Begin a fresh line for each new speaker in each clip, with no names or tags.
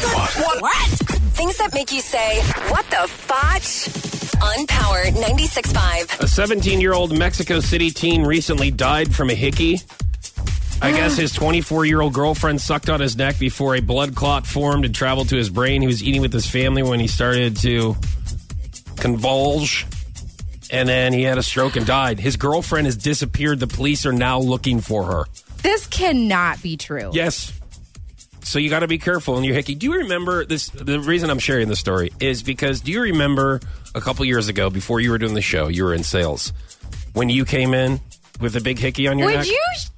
What?
What?
Things that make you say, what the fotch? On Power 96.5.
A 17 year old Mexico City teen recently died from a hickey. I guess his 24 year old girlfriend sucked on his neck before a blood clot formed and traveled to his brain. He was eating with his family when he started to convulge. And then he had a stroke and died. His girlfriend has disappeared. The police are now looking for her.
This cannot be true.
Yes. So you got to be careful in your hickey. Do you remember this? The reason I'm sharing this story is because do you remember a couple years ago before you were doing the show, you were in sales when you came in with a big hickey on your
Would
neck?
you? sh-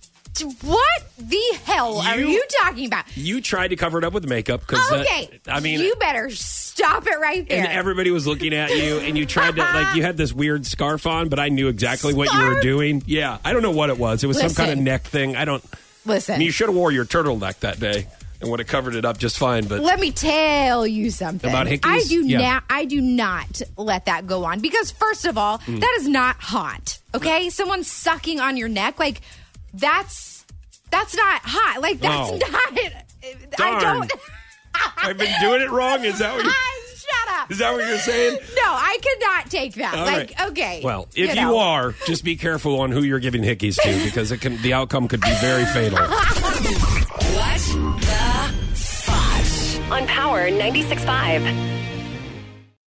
What the hell are
You-
you talking about?
You tried to cover it up with makeup because
Okay.
I mean,
you better stop it right there.
and everybody was looking at you, and you tried to like you had this weird scarf on, but I knew exactly what you were
Scarf?
doing. Yeah, I don't know what it was. It was some kind of
Listen.
neck thing. I don't. I
Listen,
mean, you should have wore your turtleneck that day, and would have covered it up just fine. But
let me tell you something
About hickeys?
I do
Yeah.
not. I do not let that go on because first of all,
Mm.
that is not hot. Okay, someone sucking on your neck like that's that's not hot. Like that's
Oh.
not. I
Darn.
don't.
I've been doing it wrong. Is that what? You,
Shut up.
is that what you're saying?
No, I could not take that.
All
like,
right.
okay.
Well, if you,
know.
are, just be careful on who you're giving hickeys to because it can the outcome could be very fatal.
What the fotch? On Power 96.5.